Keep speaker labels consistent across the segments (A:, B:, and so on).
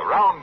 A: Around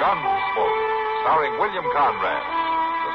A: Gunsmoke, starring William Conrad. The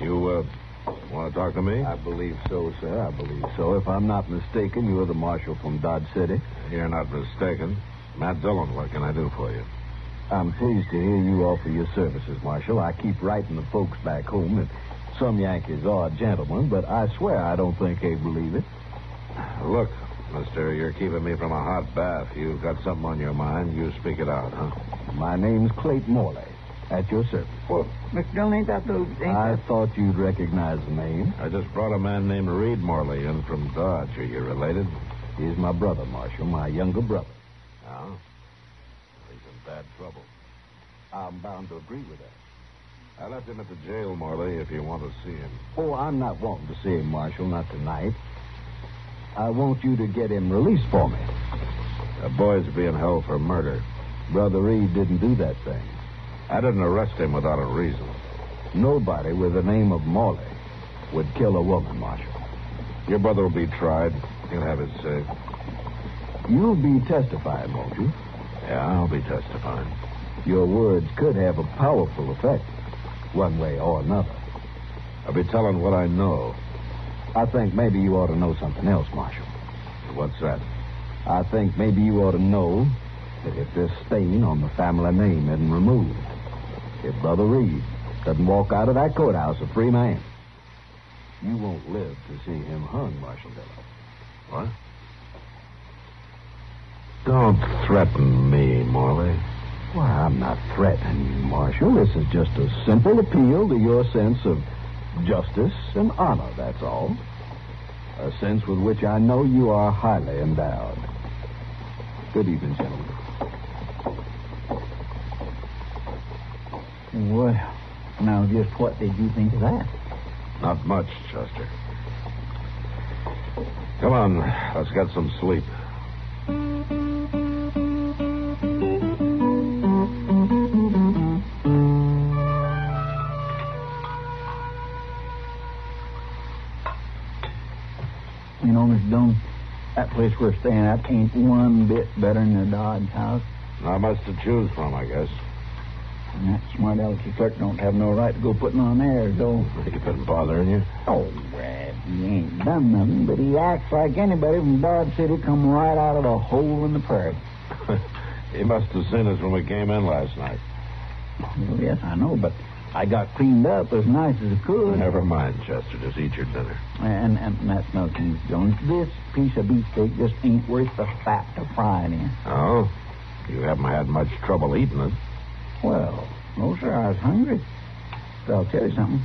B: You uh, want to talk to me?
C: I believe so, sir. I believe so. If I'm not mistaken, you're the marshal from Dodge City.
B: You're not mistaken. Matt Dillon, what can I do for you?
C: I'm pleased to hear you offer your services, Marshal. I keep writing the folks back home that some Yankees are gentlemen, but I swear I don't think they believe it.
B: Look, mister, you're keeping me from a hot bath. You've got something on your mind. You speak it out, huh?
C: My name's Clayton Morley. At your service.
D: Mr. Dillon ain't that the ain't
C: I
D: that
C: thought you'd recognize the name.
B: I just brought a man named Reed Morley in from Dodge. Are you related?
C: He's my brother, Marshal, my younger brother.
B: No. Oh. He's in bad trouble.
C: I'm bound to agree with that.
B: I left him at the jail, Morley, if you want to see him.
C: Oh, I'm not wanting to see him, Marshal, not tonight. I want you to get him released for me.
B: The boy's being held for murder.
C: Brother Reed didn't do that thing.
B: I didn't arrest him without a reason.
C: Nobody with the name of Morley would kill a woman, Marshal.
B: Your brother will be tried. He'll have his say.
C: You'll be testifying, won't you?
B: Yeah, I'll be testifying.
C: Your words could have a powerful effect, one way or another.
B: I'll be telling what I know.
C: I think maybe you ought to know something else, Marshal.
B: What's that?
C: I think maybe you ought to know that if this stain on the family name isn't removed, if Brother Reed doesn't walk out of that courthouse a free man, you won't live to see him hung, Marshal Dillon.
B: What? Don't threaten me, Morley.
C: Why, I'm not threatening you, Marshal. This is just a simple appeal to your sense of justice, and honor, that's all. A sense with which I know you are highly endowed. Good evening, gentlemen.
D: Well, now just what did you think of that?
B: Not much, Chester. Come on, let's get some sleep.
D: You know, Mr. Doan, that place we're staying at ain't one bit better than the Dodge house.
B: Not much to choose from, I guess.
D: And that smart Alecky Clark don't have no right to go putting on airs, though.
B: It been bothering you?
D: Oh, well, he ain't done nothing, but he acts like anybody from Dodge City come right out of a hole in the prairie.
B: he must have seen us when we came in last night.
D: Well, yes, I know, but I got cleaned up as nice as I could.
B: Never mind, Chester. Just eat your dinner.
D: And, and that's another thing, Mr. Jones. This piece of beefsteak just ain't worth the fat to fry it in.
B: Oh? You haven't had much trouble eating it.
D: Well, no, sir, I was hungry. But I'll tell you something.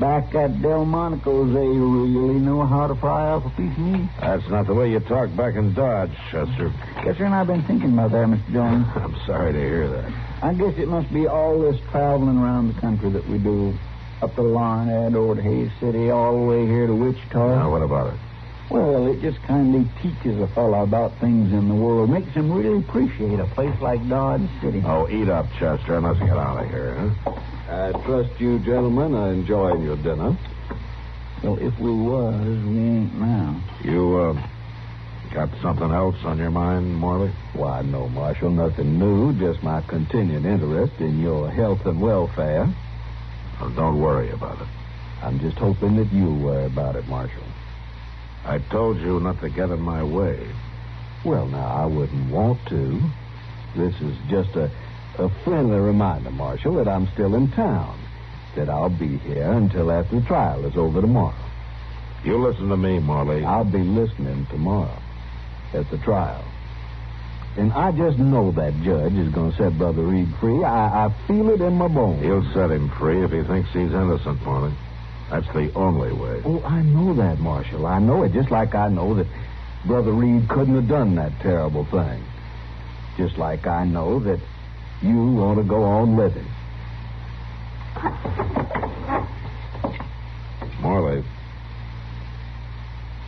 D: Back at Delmonico's, they really know how to fry up a piece of meat.
B: That's not the way you talk back in Dodge, Chester.
D: Yes, sir, and I've been thinking about that, Mr. Jones.
B: I'm sorry to hear that.
D: I guess it must be all this traveling around the country that we do. Up to Larned, over to Hayes City, all the way here to Wichita.
B: Now, what about it?
D: Well, it just kind of teaches a fellow about things in the world. Makes him really appreciate a place like Dodge City.
B: Oh, eat up, Chester, and let's get out of here, huh?
C: I trust you, gentlemen, are enjoying your dinner.
D: Well, if we was, we ain't now.
B: You, uh, got something else on your mind, Morley?
C: Why, no, Marshal, nothing new, just my continued interest in your health and welfare.
B: Well, don't worry about it.
C: I'm just hoping that you worry about it, Marshal.
B: I told you not to get in my way.
C: Well, now, I wouldn't want to. This is just a, a friendly reminder, Marshal, that I'm still in town, that I'll be here until after the trial is over tomorrow.
B: You listen to me, Morley.
C: I'll be listening tomorrow at the trial. And I just know that judge is going to set Brother Reed free. I, I feel it in my bones.
B: He'll set him free if he thinks he's innocent, Morley. That's the only way.
C: Oh, I know that, Marshal. I know it, just like I know that Brother Reed couldn't have done that terrible thing. Just like I know that you want to go on living.
B: Morley,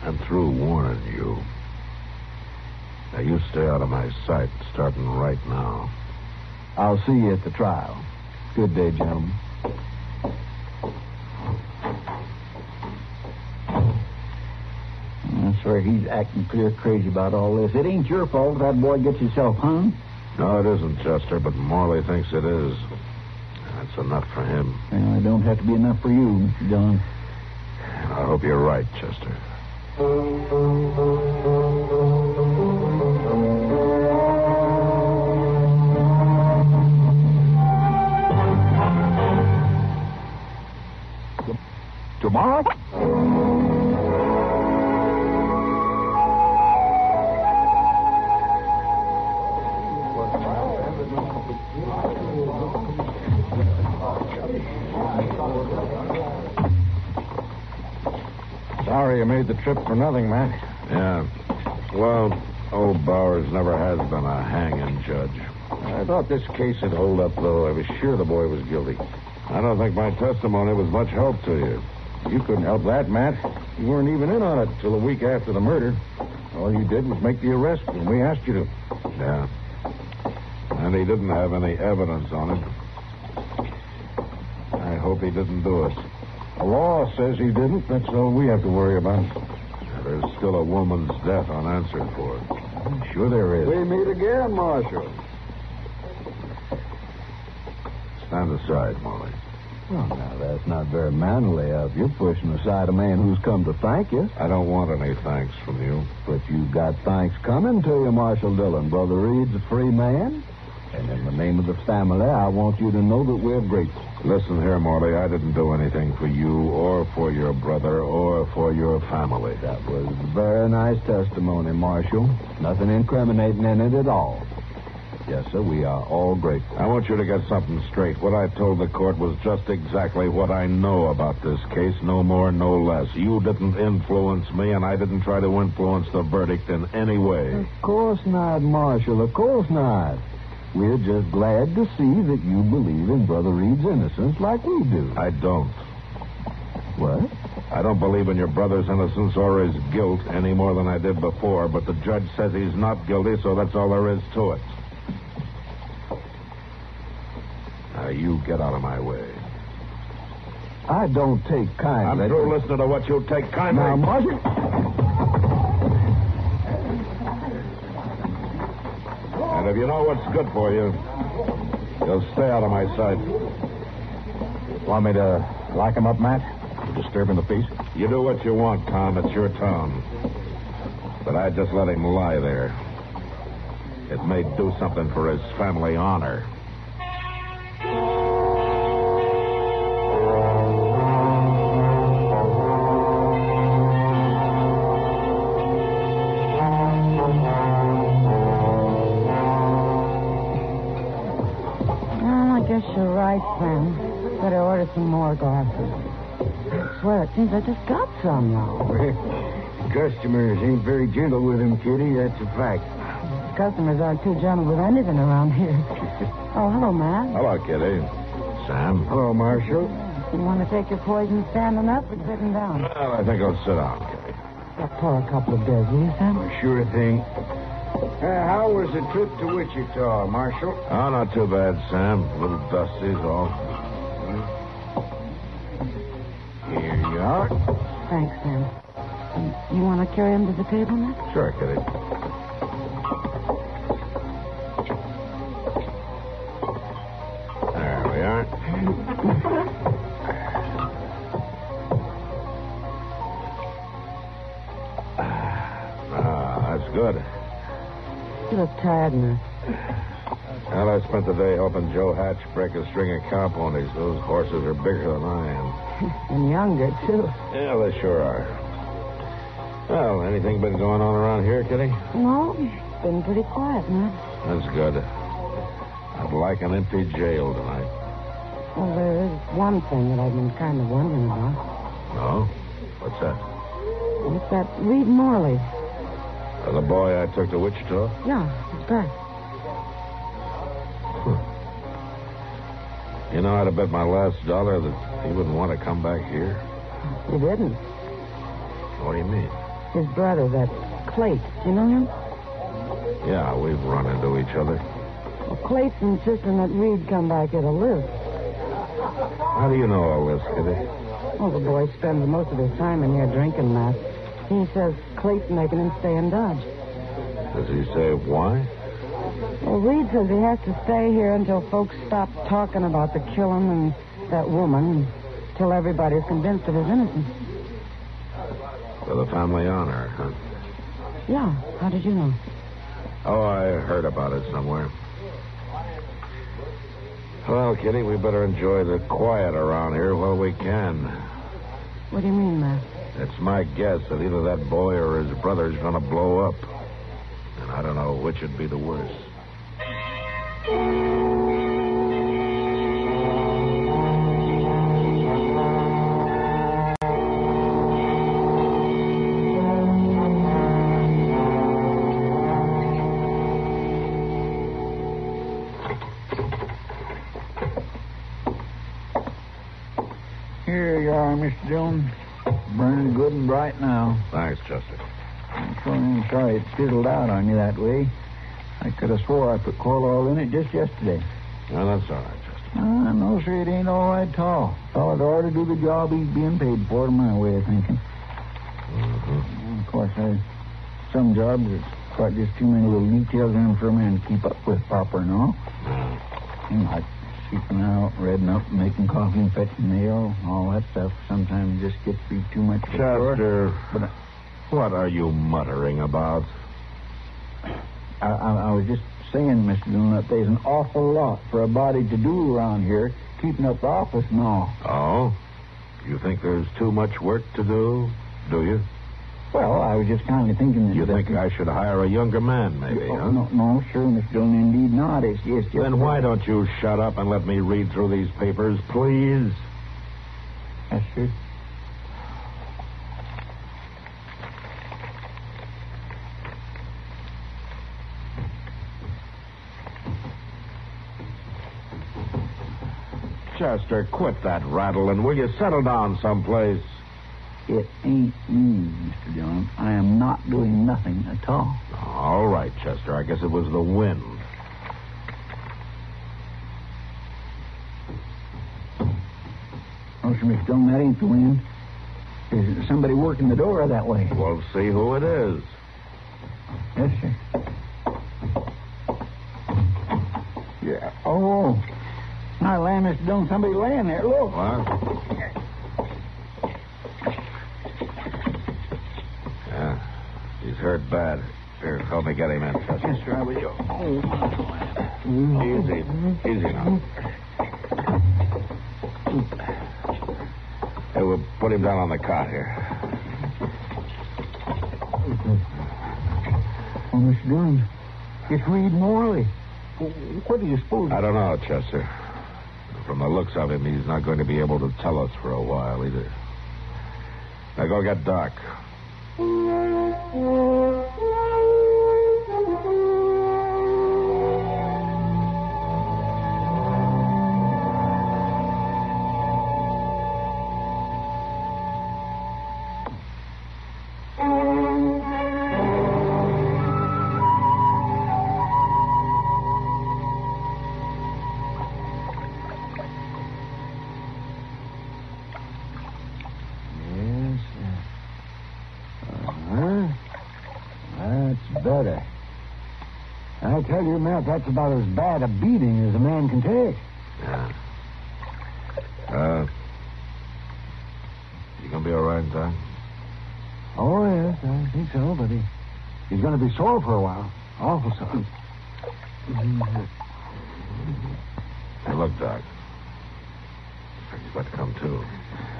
B: I'm through warning you. Now, you stay out of my sight starting right now.
C: I'll see you at the trial. Good day, gentlemen.
D: I swear he's acting clear crazy about all this. It ain't your fault if that boy gets himself hung.
B: No, it isn't, Chester, but Morley thinks it is. That's enough for him.
D: Well, it don't have to be enough for you, Mr. John.
B: I hope you're right, Chester.
C: Tomorrow?
B: Sorry you made the trip for nothing, Mac. Yeah. Well, old Bowers never has been a hanging judge. I thought this case would hold up, though. I was sure the boy was guilty. I don't think my testimony was much help to you. You couldn't help that, Matt. You weren't even in on it till a week after the murder. All you did was make the arrest when we asked you to. Yeah. And he didn't have any evidence on it. I hope he didn't do it. The law says he didn't. That's all we have to worry about. There's still a woman's death unanswered for. Sure there is.
C: We meet again, Marshal.
B: Stand aside, Molly.
C: Well, now, that's not very manly of you, pushing aside a man who's come to thank you.
B: I don't want any thanks from you.
C: But you've got thanks coming to you, Marshal Dillon. Brother Reed's a free man. And in the name of the family, I want you to know that we're grateful.
B: Listen here, Morley. I didn't do anything for you or for your brother or for your family.
C: That was very nice testimony, Marshal. Nothing incriminating in it at all. Yes, sir, we are all grateful.
B: I want you to get something straight. What I told the court was just exactly what I know about this case, no more, no less. You didn't influence me, and I didn't try to influence the verdict in any way.
C: Of course not, Marshal. Of course not. We're just glad to see that you believe in Brother Reed's innocence like we do.
B: I don't.
C: What?
B: I don't believe in your brother's innocence or his guilt any more than I did before, but the judge says he's not guilty, so that's all there is to it. Now, you get out of my way.
C: I don't take
B: I'm
C: kindly.
B: through listening to what you take kindly.
C: Now, Marshal.
B: And if you know what's good for you, you'll stay out of my sight.
C: Want me to lock him up, Matt? Disturbing the peace?
B: You do what you want, Tom. It's your town. But I just let him lie there. It may do something for his family honor.
E: Well, Mm, I guess you're right, Sam. Better order some more glasses. I swear, it seems I just got some now.
C: Customers ain't very gentle with him, Kitty. That's a fact.
E: Customers aren't too gentle with anything around here. Oh, hello, Matt.
B: Hello, Kitty. Sam?
C: Hello, Marshal.
E: You want to take your poison standing up or sitting down?
B: Well, I think I'll sit down, Kitty.
E: I'll pour a couple of beers, will you, Sam?
C: Sure thing. Uh, how was the trip to Wichita, Marshal?
B: Oh, not too bad, Sam. A little dusty is all.
C: Here you are.
E: Thanks, Sam. Um, You want to carry him to the table, Matt?
B: Sure, Kitty. There we are. Ah, that's good.
E: You look tired, Matt.
B: Well, I spent the day helping Joe Hatch break a string of cow ponies. Those horses are bigger than I am.
E: And younger, too.
B: Yeah, they sure are. Well, anything been going on around here, Kitty?
E: No, it's been pretty quiet, Matt.
B: That's good. I'd like an empty jail tonight.
E: Well, there is one thing that I've been kind of wondering about.
B: No? What's that?
E: It's that Reed Morley.
B: Uh, the boy I took to Wichita?
E: Yeah, he's back.
B: You know, I'd have bet my last dollar that he wouldn't want to come back here.
E: He didn't.
B: What do you mean?
E: His brother, that Clayt, you know him?
B: Yeah, we've run into each other.
E: Well, Clayt's insisting that Reed come back here to live.
B: How do you know all this, Kitty?
E: Well, the boy spends most of his time in here drinking, Matt. He says Clayt's making him stay in Dodge.
B: Does he say why?
E: Well, Reed says he has to stay here until folks stop talking about the killing and that woman, until everybody's convinced of his innocence.
B: For the family honor, huh?
E: Yeah, how did you know?
B: Oh, I heard about it somewhere. Well, Kitty, we better enjoy the quiet around here while we can.
E: What do you mean, Matt?
B: It's my guess that either that boy or his brother's going to blow up. And I don't know which would be the worst.
D: Here you are, Mr. Dillon. Burning good and bright now.
B: Thanks, Chester.
D: I'm sure I'm sorry it fizzled out on you that way. I could have swore I put coal oil in it just yesterday.
B: No, that's all right, Chester.
D: Ah, no, sir, it ain't all right at all. Fellow ought to do the job he's being paid for, in my way of thinking. Of course, there's some jobs that's quite just too many little details in 'em for a man to keep up with proper and all. And like sweeping out, redding up, making coffee and fetching mail, all that stuff sometimes just gets to be too much for sure.
B: Chester,
D: But
B: what are you muttering about?
D: I, I, I was just saying, Mr. Dillon, that there's an awful lot for a body to do around here, keeping up the office and all.
B: Oh? You think there's too much work to do? Do you?
D: Well, I was just kind of thinking that.
B: You think
D: that-
B: I should hire a younger man, maybe,
D: Oh,
B: huh?
D: No, no, sure, Miss Dillon, indeed not. It's just. just
B: Then why don't you shut up and let me read through these papers, please?
D: Yes, sir.
B: Chester, quit that rattling, will you? Settle down someplace.
D: It ain't me, Mr. Dillon. I am not doing nothing at all.
B: All right, Chester. I guess it was the wind.
D: Oh, sir, Miss Dillon, that ain't the wind. There's somebody working the door that way.
B: We'll see who it is.
D: Yes, sir. Yeah. Oh. My land, Mr. Dillon, somebody laying there. Look.
B: What? Yeah, he's hurt bad. Here, help me get him in, Chester.
D: Yes, sir, I will. Oh, my
B: Easy. Mm-hmm. Easy now. Hey, we'll put him down on the cot here.
D: Oh, Mr. Dillon, it's Reed Morley. What do you suppose?
B: I don't know, Chester. From the looks of him, he's not going to be able to tell us for a while either. Now go get Doc.
D: Yes, Uh huh. That's better. I tell you, Matt, that's about as bad a beating as a man can take.
B: Yeah. Uh, you gonna be all right, Doc?
D: Oh, yes, I think so, but he, he's going to be sore for a while. Awful sore.
B: Hey, look, Doc. He's about to come to.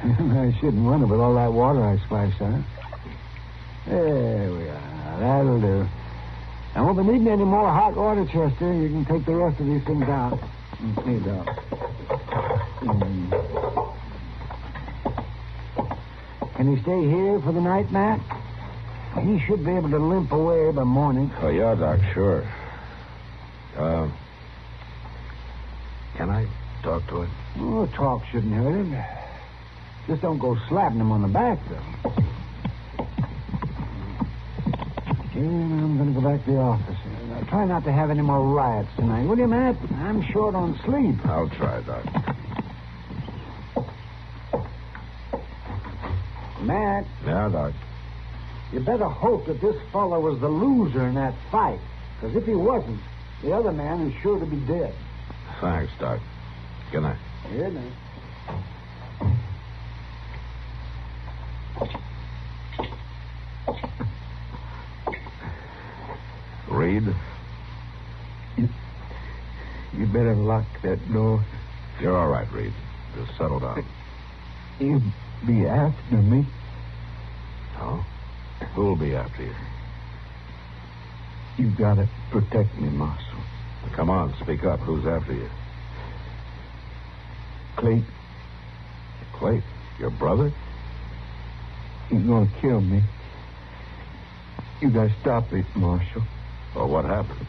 D: I shouldn't wonder with all that water I splashed on. Eh, There we are. Ah, That'll do. I won't be needing any more hot water, Chester. You can take the rest of these things out. And clean it up. Mm. Can he stay here for the night, Matt? He should be able to limp away by morning.
B: Oh, yeah, Doc, sure. Uh, can I talk to him?
D: Oh, talk shouldn't hurt him. Just don't go slapping him on the back, though. Okay, now I'm going to go back to the office. Now, try not to have any more riots tonight, will you, Matt? I'm short on sleep.
B: I'll try, Doc.
D: Matt,
B: Yeah, Doc.
D: you better hope that this fella was the loser in that fight. Because if he wasn't, the other man is sure to be dead.
B: Thanks, Doc. Good night.
D: Here now.
B: Reed,
D: You better lock that door.
B: you're all right, Reed. Just settle down.
D: He'll be after me.
B: Oh? Who'll be after you?
D: You gotta protect me, Marshal.
B: Come on, speak up. Who's after you?
D: Clay,
B: Clay, your brother?
D: he's gonna kill me. You gotta stop it, Marshal.
B: Well, what happened?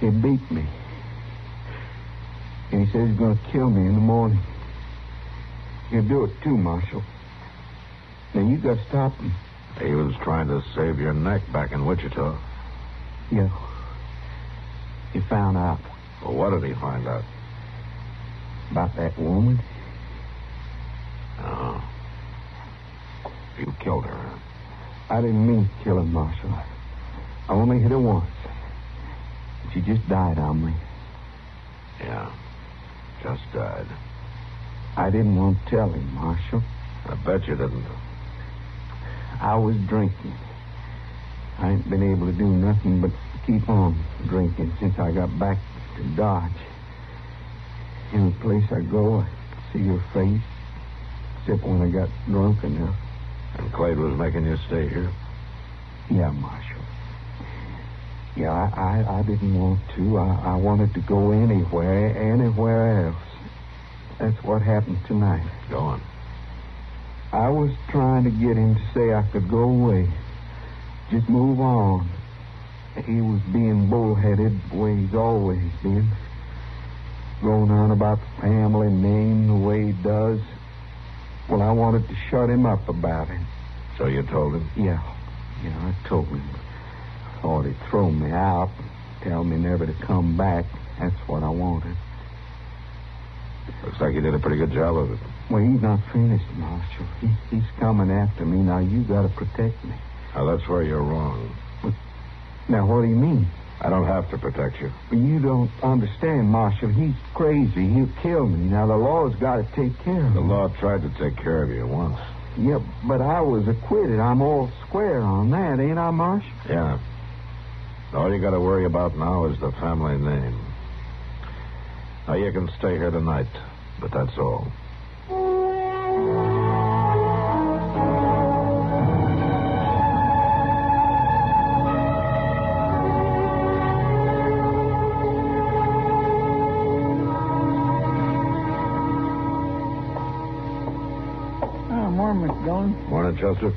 D: He beat me. And he says he's gonna kill me in the morning. He'll do it too, Marshal. Now you gotta stop him.
B: He was trying to save your neck back in Wichita.
D: Yeah. He found out
B: Well, what did he find out?
D: about that woman.
B: Oh. You killed her, huh?
D: I didn't mean to kill her, Marshal. I only hit her once. She just died on me.
B: Yeah. Just died.
D: I didn't want to tell him, Marshal.
B: I bet you didn't.
D: I was drinking. I ain't been able to do nothing but keep on drinking since I got back to Dodge. Any place I go, I see your face. Except when I got drunk enough.
B: And Quaid was making you stay here?
D: Yeah, Marshal. Yeah, I, I, I didn't want to. I, I wanted to go anywhere, anywhere else. That's what happened tonight.
B: Go on.
D: I was trying to get him to say I could go away, just move on. He was being bullheaded the way he's always been, going on about the family name the way he does. Well, I wanted to shut him up about it.
B: So you told him?
D: Yeah, yeah, I told him. Thought he'd throw me out, tell me never to come back. That's what I wanted.
B: Looks like you did a pretty good job of it.
D: Well, he's not finished, Marshal. He, he's coming after me. Now you got to protect me.
B: Now, that's where you're wrong.
D: Now, what do you mean?
B: I don't have to protect you.
D: You don't understand, Marshal. He's crazy. He'll kill me. Now the law's got to take care of
B: The
D: him.
B: law tried to take care of you once.
D: Yeah, but I was acquitted. I'm all square on that, ain't I, Marshal?
B: Yeah. All you got to worry about now is the family name. Now, you can stay here tonight, but that's all.
D: Oh, morning, Mr. Dillon.
B: Morning, Chester.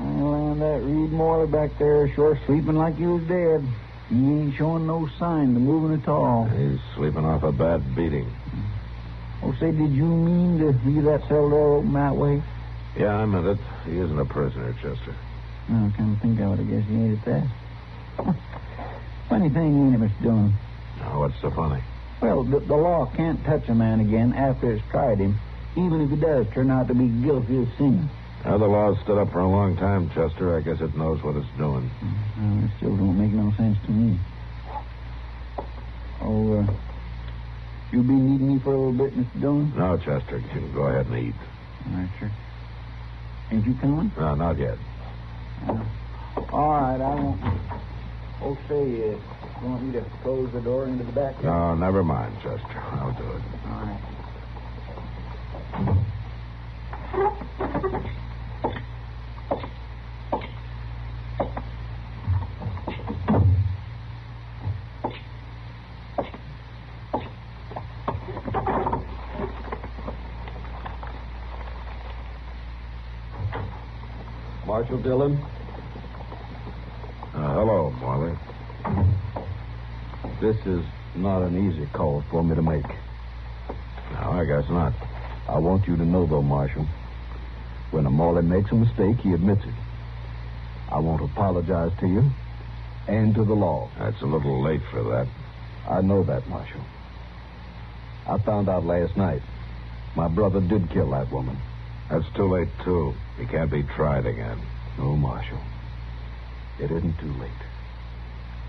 D: I land that Reed Morley back there, sure sleeping like he was dead. He ain't showing no sign of moving at all.
B: He's sleeping off a bad beating.
D: Oh, say, did you mean to leave that cell door open that way?
B: Yeah, I meant it. He isn't a prisoner, Chester.
D: No, I kind of think I would have guessed he ain't at that. Funny thing, ain't it, Mr. Dillon?
B: Now, what's so funny?
D: Well, the, the law can't touch a man again after it's tried him, even if he does turn out to be guilty of sin.
B: Now, the law's stood up for a long time, Chester. I guess it knows what it's doing.
D: Well, it still don't make no sense to me. Oh, uh, you be needing me for a little bit, Mr. Dillon?
B: Now, Chester, you can go ahead and eat.
D: All right, sir. Ain't you coming?
B: No, not yet.
D: All right, I won't. Oh, say, uh, you want me to close the door into the back?
B: No, never mind, Chester. I'll do it.
D: All right.
B: Marshal Dillon? Uh, hello, Marley.
D: This is not an easy call for me to make.
B: No, I guess not.
D: I want you to know, though, Marshal, when a Morley makes a mistake, he admits it. I want to apologize to you and to the law.
B: That's a little late for that.
D: I know that, Marshal. I found out last night. My brother did kill that woman.
B: That's too late, too. He can't be tried again.
D: No, Marshal. It isn't too late.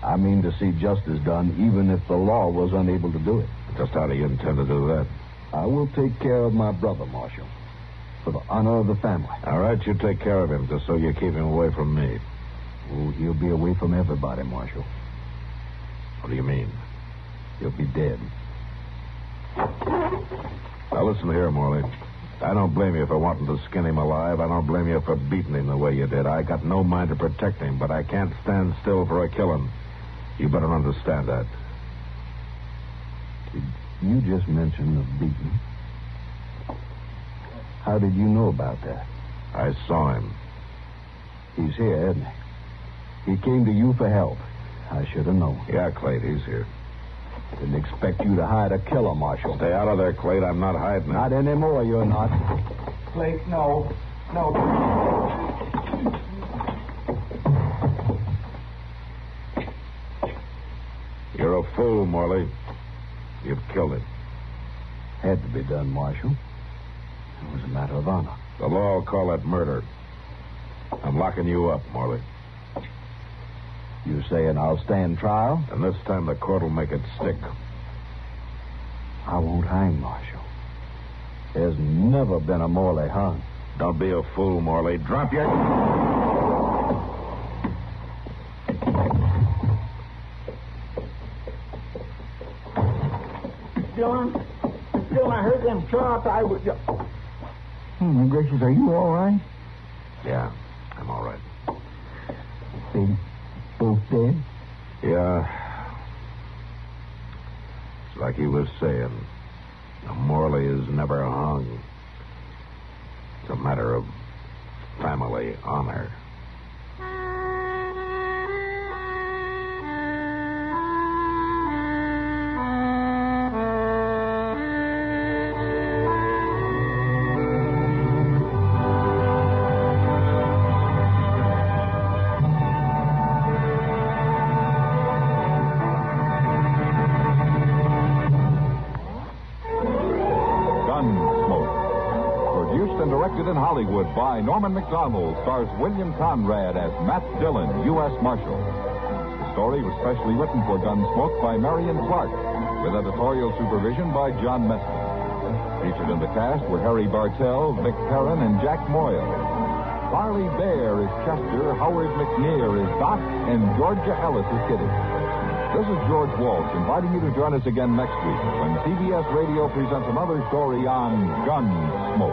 D: I mean to see justice done, even if the law was unable to do it.
B: Just how do you intend to do that?
D: I will take care of my brother, Marshal, for the honor of the family.
B: All right, you take care of him, just so you keep him away from me.
D: Oh, he'll be away from everybody, Marshal.
B: What do you mean?
D: He'll be dead.
B: Now, listen here, Morley. I don't blame you for wanting to skin him alive. I don't blame you for beating him the way you did. I got no mind to protect him, but I can't stand still for a killing. You better understand that.
D: Did you just mention the beating? How did you know about that?
B: I saw him.
D: He's here, isn't he? He came to you for help. I should have known.
B: Yeah, Clay, he's here.
D: Didn't expect you to hide a killer, Marshal.
B: Stay out of there, Clay. I'm not hiding.
D: Not anymore, you're not.
F: Blake, no. No.
B: You're a fool, Morley. You've killed him.
D: Had to be done, Marshal. It was a matter of honor.
B: The law will call that murder. I'm locking you up, Morley.
D: You saying I'll stand trial?
B: And this time the court will make it stick.
D: I won't hang, Marshal. There's never been a Morley hung.
B: Don't be a fool, Morley. Drop your.
F: Dillon, Dillon, I heard them shots. I was.
D: Oh, my gracious, are you all right?
G: Yeah, I'm all right.
D: They both dead?
G: Yeah. It's like he was saying. Morley is never hung. It's a matter of family honor.
B: Gunsmoke. Produced and directed in Hollywood by Norman McDonald, stars William Conrad as Matt Dillon, U.S. Marshal. The story was specially written for Gunsmoke by Marion Clark, with editorial supervision by John Metzger. Featured in the cast were Harry Bartell, Vic Perrin, and Jack Moyle. Barley Bear is Chester, Howard McNear is Doc, and Georgia Ellis is Kitty. This is George Walsh inviting you to join us again next week when CBS Radio presents another story on Gunsmoke.